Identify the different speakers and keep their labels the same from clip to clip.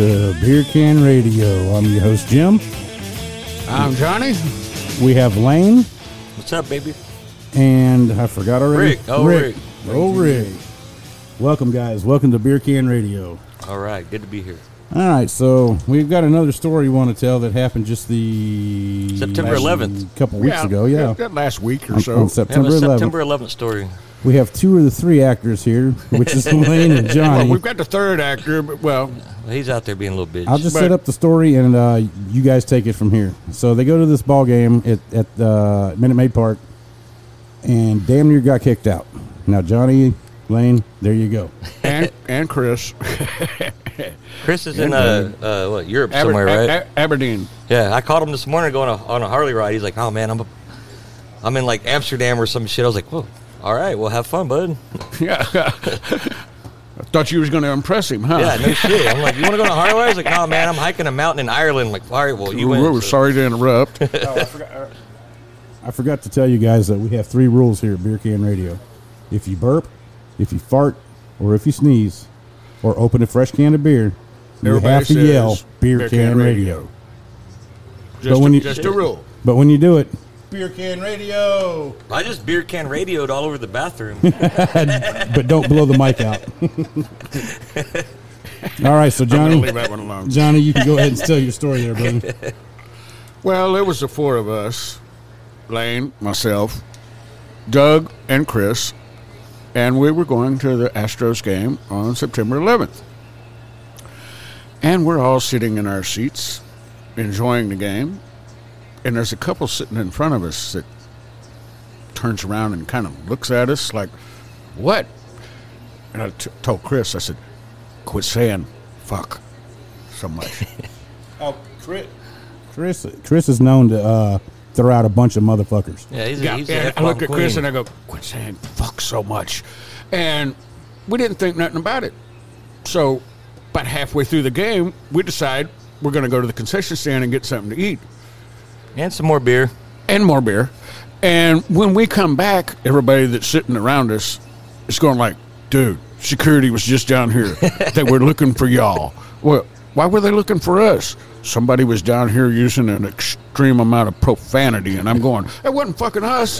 Speaker 1: to Beer Can Radio. I'm your host, Jim.
Speaker 2: I'm Johnny.
Speaker 1: We have Lane,
Speaker 3: What's up, baby?
Speaker 1: and I forgot already.
Speaker 3: Rick. Oh, Rick.
Speaker 1: Oh, Rick. Welcome, guys. Welcome to Beer Can Radio.
Speaker 3: All right, good to be here.
Speaker 1: All right, so we've got another story we want to tell that happened just the
Speaker 3: September 11th.
Speaker 1: couple weeks ago. Yeah,
Speaker 2: That last week or
Speaker 1: on,
Speaker 2: so.
Speaker 1: on
Speaker 3: We have
Speaker 1: September
Speaker 3: a
Speaker 1: 11th.
Speaker 3: September 11th story.
Speaker 1: We have two of the three actors here, which is Lane and
Speaker 2: Well,
Speaker 1: Johnny.
Speaker 2: we've got the third actor, but well,
Speaker 3: Well, he's out there being a little bitch.
Speaker 1: I'll just
Speaker 2: But-
Speaker 1: set up the story and uh, you guys take it from here. So they go to this ball game at, at uh, Minute Maid Park and damn near got kicked out. Now, Johnny Lane, there you go.
Speaker 2: and and Chris
Speaker 3: Chris is in uh, uh, what, Europe
Speaker 2: Aber-
Speaker 3: somewhere, right?
Speaker 2: A- A- Aberdeen.
Speaker 3: yeah, I caught him this morning going on a, on a Harley ride. He's like, "Oh man, I'm a, I'm in like Amsterdam or some shit." I was like, "Whoa, all right, well, have fun, bud."
Speaker 2: Yeah, I thought you was going to impress him, huh?
Speaker 3: Yeah, no shit. I'm like, "You want to go on a Harley ride?" He's like, "No, man, I'm hiking a mountain in Ireland." I'm like, all right, well, you
Speaker 2: We
Speaker 3: win.
Speaker 2: were
Speaker 3: So-
Speaker 2: sorry to interrupt.
Speaker 1: I forgot to tell you guys that we have three rules here at Beer Can Radio. If you burp, if you fart, or if you sneeze, or open a fresh can of beer, you
Speaker 2: Everybody
Speaker 1: have to
Speaker 2: says,
Speaker 1: yell Beer, Can, radio.
Speaker 2: Just,
Speaker 1: when
Speaker 2: a,
Speaker 1: you-
Speaker 2: just a rule.
Speaker 1: But when you do it,
Speaker 2: Beer can radio.
Speaker 3: I just beer can radioed all over the bathroom.
Speaker 1: but don't blow the mic out. All right, so
Speaker 2: I'm
Speaker 1: Johnny,
Speaker 2: gonna leave that one alone.
Speaker 1: Johnny, you can go ahead and tell your story there, brother.
Speaker 2: Well, it was the four of us Lane, myself, Doug, and Chris, and we were going to the Astros game on September 11th. And we're all sitting in our seats, enjoying the game, and there's a couple sitting in front of us that turns around and kind of looks at us like, What? And I t- told Chris, I said, Quit saying fuck so much. oh, Chris.
Speaker 1: Chris, Chris is known to uh, throw out a bunch of motherfuckers.
Speaker 3: yeah, he's,
Speaker 2: Yeah,
Speaker 3: he's
Speaker 2: and
Speaker 3: a
Speaker 2: I looked at
Speaker 3: queen.
Speaker 2: Chris and I go, quit saying fuck so much. And we didn't think nothing about it. So, about halfway through the game, we decide we're going to go to the concession stand and get something to eat
Speaker 3: and some more beer.
Speaker 2: and more beer. And when we come back, everybody that's sitting around us is going like, dude, security was just down here. they were looking for y'all. Well, why were they looking for us? Somebody was down here using an extreme amount of profanity, and I'm going, it wasn't fucking us.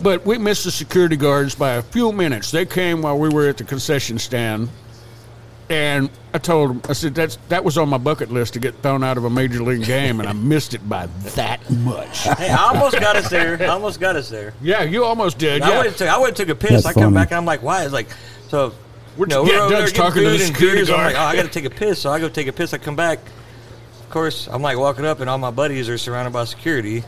Speaker 2: but we missed the security guards by a few minutes. They came while we were at the concession stand. And I told him, I said, that's that was on my bucket list to get thrown out of a major league game, and I missed it by that much.
Speaker 3: Hey, I almost got us there. I almost got us there.
Speaker 2: yeah, you almost did.
Speaker 3: I would
Speaker 2: Yeah.
Speaker 3: have took, I would have took a piss.
Speaker 1: That's
Speaker 3: I come
Speaker 1: funny.
Speaker 3: back and I'm like, why? It's like, so
Speaker 2: We're-
Speaker 3: you know,
Speaker 2: yeah,
Speaker 3: over there
Speaker 2: Doug's
Speaker 3: getting
Speaker 2: talking to
Speaker 3: food
Speaker 2: the
Speaker 3: and
Speaker 2: security
Speaker 3: beers. I'm like,
Speaker 2: guard.
Speaker 3: oh, I got to take a piss. So I go take a piss. I come back. Of course, I'm like walking up and all my buddies are surrounded by security.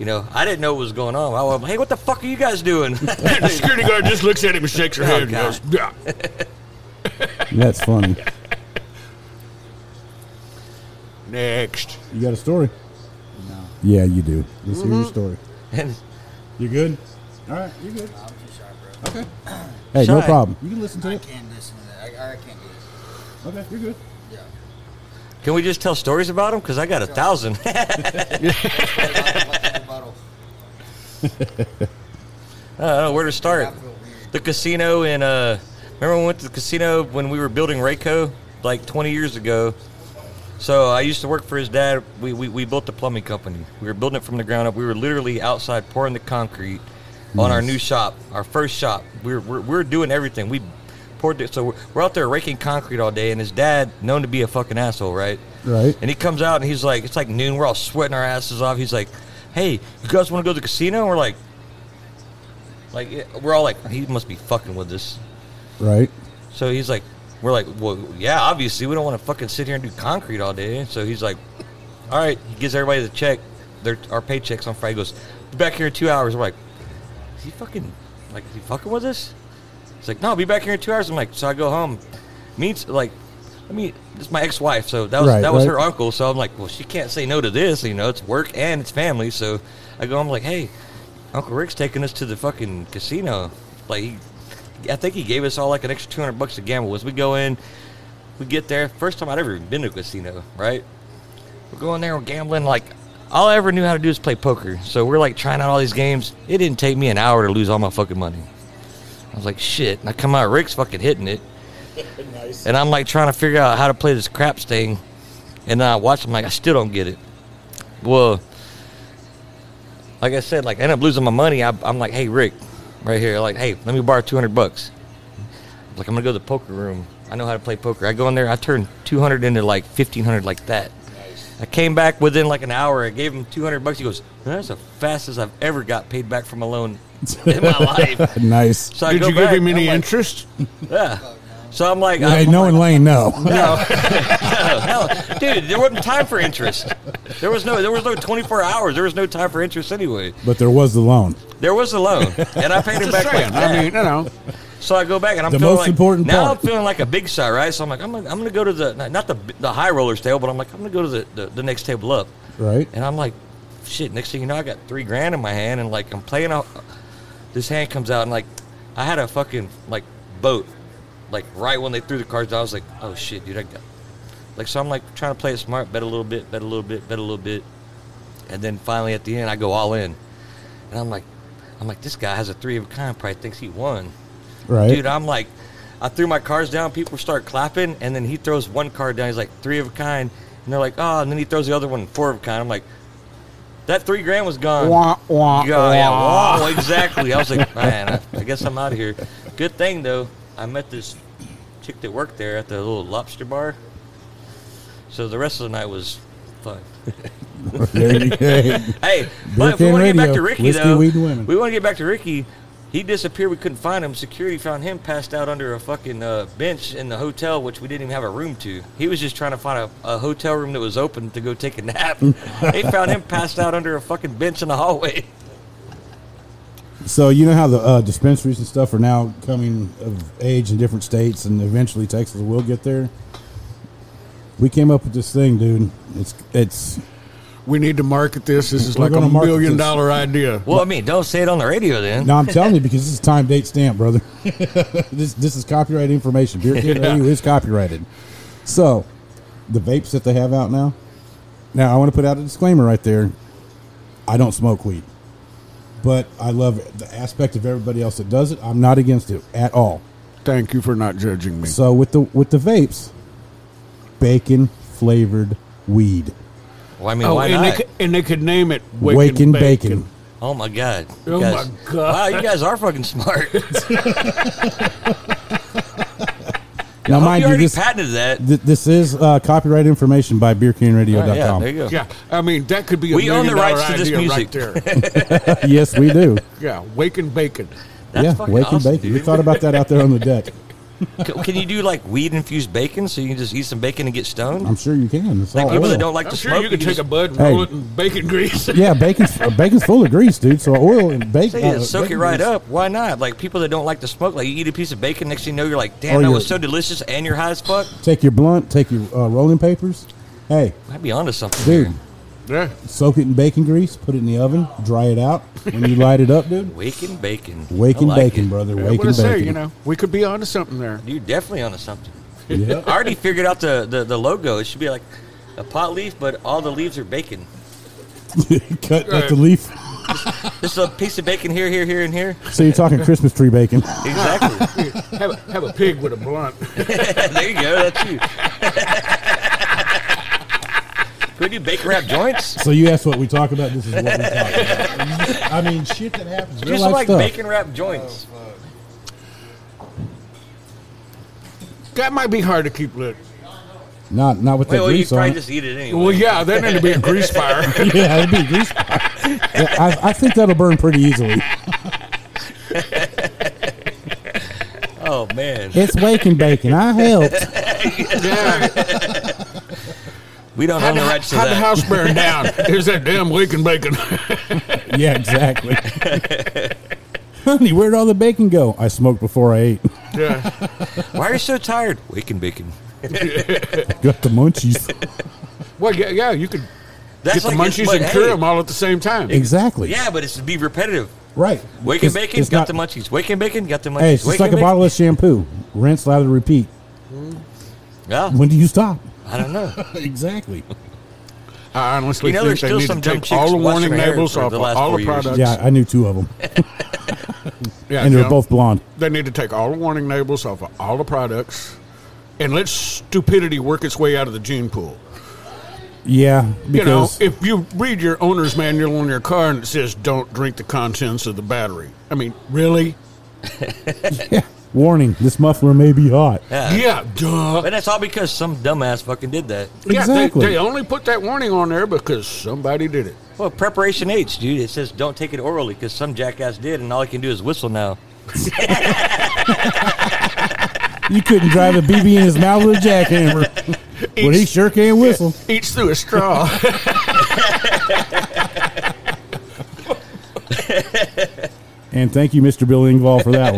Speaker 3: You know, I didn't know what was going on. I was like, hey, what the fuck are you guys doing?
Speaker 2: the security guard just looks at him and shakes her head and
Speaker 3: Oh, God.
Speaker 2: goes, yeah.
Speaker 1: That's funny.
Speaker 2: Next.
Speaker 1: You got a story? No. Mm-hmm. Yeah, you do. Let's hear your story.
Speaker 3: and
Speaker 1: You good? All right, you good? Hey, no
Speaker 3: Shy.
Speaker 1: problem. You can listen to
Speaker 4: I
Speaker 1: it.
Speaker 4: can't listen to that. I, I can't do this.
Speaker 1: Okay, you're good.
Speaker 4: Yeah.
Speaker 3: can we just tell stories about them? Because I got a thousand.
Speaker 4: Like a rebuttal.
Speaker 3: I don't know where to start.
Speaker 4: I feel weird.
Speaker 3: The casino in uh, remember when we went to the casino when we were building Rayco like 20 years ago. So I used to work for his dad. We, we we built the plumbing company. We were building it from the ground up. We were literally outside pouring the concrete on our new shop, our first shop. We were, we're, we we're doing everything. We poured it. So we're, we're out there raking concrete all day. And his dad, known to be a fucking asshole, right?
Speaker 1: Right.
Speaker 3: And he comes out and he's like, it's like noon. We're all sweating our asses off. He's like, hey, you guys want to go to the casino? And we're like, like yeah, we're all like, he must be fucking with us.
Speaker 1: Right.
Speaker 3: So he's like, we're like, well, yeah, obviously we don't want to fucking sit here and do concrete all day. So he's like, all right, he gives everybody the check, their our paychecks on Friday. He goes, be back here in two hours. We're like, is he fucking, like, is he fucking with us? He's like, no, I'll be back here in two hours. I'm like, so I go home, meets like, I mean, it's my ex-wife, so that was
Speaker 1: Right,
Speaker 3: that was
Speaker 1: right.
Speaker 3: her uncle. So I'm like, well, she can't say no to this. You know, it's work and it's family. So I go, I'm like, hey, Uncle Rick's taking us to the fucking casino. Like, he, I think he gave us all like an extra 200 bucks to gamble with. We go in, we get there. First time I'd ever been to a casino, right? We're going there, we're gambling. Like, all I ever knew how to do is play poker. So we're like trying out all these games. It didn't take me an hour to lose all my fucking money. I was like, shit. And I come out, Rick's fucking hitting it.
Speaker 1: Nice.
Speaker 3: and I'm like trying to figure out how to play this craps thing. And then I watched them like I still don't get it. Well, like I said, like I end up losing my money. I, I'm like, hey Rick, right here, like hey, let me borrow 200 bucks. Like I'm gonna go to the poker room. I know how to play poker. I go in there. I turn 200 into like 1500 like that. I came back within like an hour. I gave him 200 bucks. He goes, that's the fastest I've ever got paid back from a loan in my life.
Speaker 1: nice.
Speaker 3: So I
Speaker 2: Did
Speaker 3: go
Speaker 2: you give
Speaker 3: back,
Speaker 2: him
Speaker 3: and I'm
Speaker 2: any
Speaker 3: like,
Speaker 2: interest?
Speaker 3: yeah. So I'm like,
Speaker 1: Hey,
Speaker 3: I'm
Speaker 1: no
Speaker 3: like,
Speaker 1: and Lane, no.
Speaker 3: no, hell, dude, there wasn't time for interest. There was no, there was no 24 hours. There was no time for interest anyway.
Speaker 1: But there was the loan.
Speaker 3: There was a loan, and I paid him back. Like that.
Speaker 2: I mean, you know,
Speaker 3: so I go back, and I'm
Speaker 1: The
Speaker 3: feeling
Speaker 1: most
Speaker 3: like,
Speaker 1: important
Speaker 3: now
Speaker 1: part.
Speaker 3: I'm feeling like a big shot, right? So I'm like, I'm gonna, I'm gonna go to the not- not the the high rollers table, but I'm like, I'm gonna go to the, the, the next table up,
Speaker 1: Right.
Speaker 3: and I'm like, shit. Next thing you know, I got three grand in my hand, and like I'm playing. Out, this hand comes out, and like I had a fucking like boat, like right when they threw the cards. down, I was like, oh shit, dude, I got. Like so, I'm like trying to play it smart, bet a little bit, bet a little bit, bet a little bit, and then finally at the end, I go all in, and I'm like, I'm like, this guy has a three of a kind, probably thinks he won.
Speaker 1: Right.
Speaker 3: Dude, I'm like, I threw my cards down. People start clapping, and then he throws one card down. He's like three of a kind, and they're like, oh, and then he throws the other one four of a kind. I'm like, that three grand was gone.
Speaker 2: wah, wah,
Speaker 3: Yeah, yeah,
Speaker 2: wah.
Speaker 3: wow, exactly. I was like, man, I, I guess I'm out of here. Good thing though, I met this chick that worked there at the little lobster bar. So the rest of the night was fun.
Speaker 1: There you go.
Speaker 3: Hey, but if we
Speaker 1: Can
Speaker 3: want to get back
Speaker 1: Radio,
Speaker 3: to Ricky
Speaker 1: whiskey,
Speaker 3: though,
Speaker 1: weed, and women.
Speaker 3: we want to get back to Ricky. He disappeared. We couldn't find him. Security found him passed out under a fucking uh, bench in the hotel, which we didn't even have a room to. He was just trying to find a, a hotel room that was open to go take a nap. they found him passed out under a fucking bench in the hallway.
Speaker 1: So you know how the uh, dispensaries and stuff are now coming of age in different states, and eventually Texas will get there. We came up with this thing, dude. It's it's
Speaker 2: We need to market this. This is
Speaker 1: We're
Speaker 2: like a
Speaker 1: gonna market
Speaker 2: million
Speaker 1: this.
Speaker 2: dollar idea.
Speaker 3: Well, I mean, don't say it on the radio then.
Speaker 1: no, I'm telling you because this is time, date, stamp, brother. this this is copyright information. Beer Can Radio is copyrighted. So the vapes that they have out now. Now I want to put out a disclaimer right there. I don't smoke weed, but I love it. the aspect of everybody else that does it. I'm not against it at all.
Speaker 2: Thank you for not judging me.
Speaker 1: So with the with the vapes, bacon flavored weed,
Speaker 3: Well, I mean, why
Speaker 2: Oh, and
Speaker 3: not?
Speaker 2: they, could, and they could name it
Speaker 1: waking,
Speaker 2: Waking,
Speaker 1: bacon.
Speaker 2: Bacon.
Speaker 3: oh my god! You
Speaker 2: Oh, my
Speaker 3: guys-
Speaker 2: God.
Speaker 3: Wow, you guys are fucking smart.
Speaker 1: Now,
Speaker 3: I hope
Speaker 1: mind
Speaker 3: you
Speaker 1: you,
Speaker 3: already
Speaker 1: this
Speaker 3: patented that.
Speaker 1: th- this is uh, copyright information by
Speaker 3: All right, yeah,
Speaker 1: beercanradio.com.
Speaker 3: there you go.
Speaker 2: Yeah, I mean that could be a
Speaker 3: We own the
Speaker 2: million dollar
Speaker 3: rights to this
Speaker 2: idea
Speaker 3: music.
Speaker 2: right there.
Speaker 1: yes, we do.
Speaker 2: yeah, Waking Bacon.
Speaker 3: That's
Speaker 1: yeah,
Speaker 3: fucking
Speaker 1: waking
Speaker 3: awesome,
Speaker 1: bacon. We
Speaker 3: dude.
Speaker 1: thought about that out there on the deck.
Speaker 3: Can, can you do like weed infused bacon so you can just eat some bacon and get stoned?
Speaker 1: I'm sure you can. It's all
Speaker 3: like people
Speaker 1: oil.
Speaker 3: that don't like
Speaker 2: I'm
Speaker 3: to
Speaker 2: sure
Speaker 3: smoke.
Speaker 2: you could take
Speaker 3: just,
Speaker 2: a bud, and
Speaker 1: Hey.
Speaker 2: roll it in bacon grease.
Speaker 1: yeah, bacon's uh, bacon's full of grease, dude. So oil and bacon.
Speaker 3: Say it,
Speaker 1: uh,
Speaker 3: soak it
Speaker 1: bacon
Speaker 3: right
Speaker 1: grease.
Speaker 3: up. Why not? Like people that don't like to smoke, like you eat a piece of bacon, next thing you know, you're like,
Speaker 1: Or
Speaker 3: damn, that
Speaker 1: you're-
Speaker 3: was so delicious, and you're high as fuck.
Speaker 1: Take your blunt. Take your uh, rolling papers. Hey,
Speaker 3: I'd be onto something.
Speaker 1: dude,
Speaker 2: yeah.
Speaker 1: soak it in bacon grease. Put it in the oven. Dry it out. When you light it up, dude.
Speaker 3: Waking bacon. I
Speaker 1: Waking
Speaker 3: like
Speaker 1: bacon,
Speaker 3: it.
Speaker 1: brother.
Speaker 2: Yeah,
Speaker 1: Waking
Speaker 2: what I
Speaker 1: bacon.
Speaker 2: say, you know, we could be onto something there.
Speaker 3: You're definitely onto something.
Speaker 1: Yep.
Speaker 3: I already figured out the, the, the logo. It should be like a pot leaf, but all the leaves are bacon.
Speaker 1: Cut at the leaf.
Speaker 3: This is a piece of bacon here, here, here, and here.
Speaker 1: So you're talking Christmas tree bacon.
Speaker 3: Exactly.
Speaker 2: Have a, have a pig with a blunt.
Speaker 3: there you go. That's you. Can we do bacon wrap joints?
Speaker 1: So you asked what we talk about. This is what we talk about. I mean, shit that happens. Real
Speaker 3: Just
Speaker 1: life
Speaker 3: like
Speaker 1: stuff. Oh,
Speaker 3: bacon wrap joints.
Speaker 2: That might be hard to keep lit.
Speaker 1: Not not with
Speaker 3: Wait,
Speaker 1: that
Speaker 3: well, you
Speaker 1: grease on.
Speaker 3: probably
Speaker 1: it.
Speaker 3: just eat it anyway.
Speaker 2: Well, yeah, that need to be a grease fire.
Speaker 1: yeah, it'd be grease. yeah, I, I think that'll burn pretty easily.
Speaker 3: Oh man,
Speaker 1: It's waking bacon. I helped.
Speaker 2: Yeah,
Speaker 3: we don't own the rights to
Speaker 2: how the
Speaker 3: that.
Speaker 2: house burn down? There's that damn Waking Bacon.
Speaker 1: Yeah, exactly. Honey, where'd all the bacon go? I smoked before I ate.
Speaker 2: yeah,
Speaker 3: Why are you so tired? Waking bacon.
Speaker 1: Got the munchies.
Speaker 2: well, yeah, yeah, you could
Speaker 3: That's
Speaker 2: get the
Speaker 3: like it's-
Speaker 2: munchies
Speaker 3: but
Speaker 2: and cure
Speaker 3: hey,
Speaker 2: them all at the same time.
Speaker 1: Exactly.
Speaker 3: Yeah, but it's to be repetitive.
Speaker 1: Right.
Speaker 3: Waking
Speaker 1: It's-
Speaker 3: bacon,
Speaker 1: it's
Speaker 3: got
Speaker 1: not-
Speaker 3: the munchies. Waking bacon, got the munchies.
Speaker 1: Hey, it's just
Speaker 3: Waking
Speaker 1: like a
Speaker 3: bacon.
Speaker 1: bottle of shampoo. Rinse, lather, repeat.
Speaker 3: Yeah,
Speaker 1: When do you stop?
Speaker 3: I don't know.
Speaker 1: Exactly.
Speaker 2: I honestly
Speaker 3: You know,
Speaker 2: think
Speaker 3: there's
Speaker 2: they
Speaker 3: still
Speaker 2: need
Speaker 3: some
Speaker 2: to
Speaker 3: dumb
Speaker 2: take
Speaker 3: chicks
Speaker 2: all the
Speaker 3: washing
Speaker 2: warning
Speaker 3: their hair
Speaker 2: labels
Speaker 3: for
Speaker 2: off
Speaker 3: the
Speaker 2: of
Speaker 3: last
Speaker 2: all
Speaker 3: four
Speaker 2: the
Speaker 3: years.
Speaker 2: products.
Speaker 1: Yeah, I knew two of them,
Speaker 2: Yeah,
Speaker 1: and they were
Speaker 2: Jim.
Speaker 1: both blonde.
Speaker 2: They need to take all the warning labels off of all the products. and let stupidity work its way out of the gene pool.
Speaker 1: Yeah,
Speaker 2: You know,
Speaker 1: because
Speaker 2: if you read your owner's manual on your car and it says don't drink the contents of the battery, I mean, really?
Speaker 1: yeah, warning: this muffler may be hot.
Speaker 3: Yeah.
Speaker 2: Yeah, duh.
Speaker 3: But that's all because some dumbass fucking did that.
Speaker 2: Yeah, they-
Speaker 1: Exactly.
Speaker 2: they, only put that warning on there because somebody did it.
Speaker 3: Well, preparation H, dude. It says don't take it orally because some jackass did, and all he can do is whistle now.
Speaker 1: You couldn't drive a BB in his mouth with a jackhammer, but he sure can whistle.
Speaker 2: Eats through a straw.
Speaker 1: And thank you, Mr. Bill Engvall, for that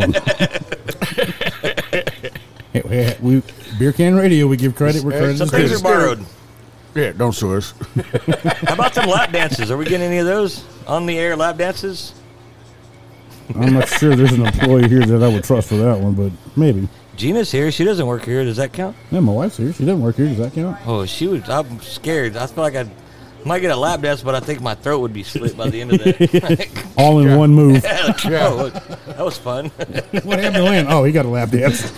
Speaker 1: one. Yeah, we, beer can radio, we give credit where credit is
Speaker 3: Some things
Speaker 1: due.
Speaker 3: are borrowed.
Speaker 2: yeah, don't sue us.
Speaker 3: How about them lap dances? Are we getting any of those on the air lap dances?
Speaker 1: I'm not sure there's an employee here that I would trust for that one, but maybe.
Speaker 3: Gina's here. She doesn't work here. Does that count?
Speaker 1: Yeah, my wife's here. She doesn't work here. Does that count?
Speaker 3: Oh, she was. I'm scared. I feel like I might get a lap dance, but I think my throat would be slit by the end of that.
Speaker 1: All in one move.
Speaker 3: oh, look, that was fun.
Speaker 1: what happened to Lynn? Oh, he got a lap dance.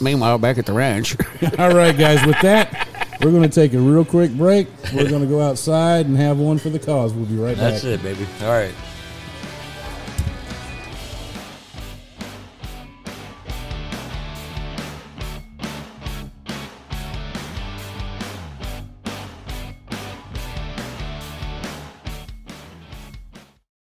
Speaker 2: Meanwhile, back at the ranch.
Speaker 1: All right, guys, with that, we're going to take a real quick break. We're going to go outside and have one for the cause. We'll be right back.
Speaker 3: That's it, baby. All right.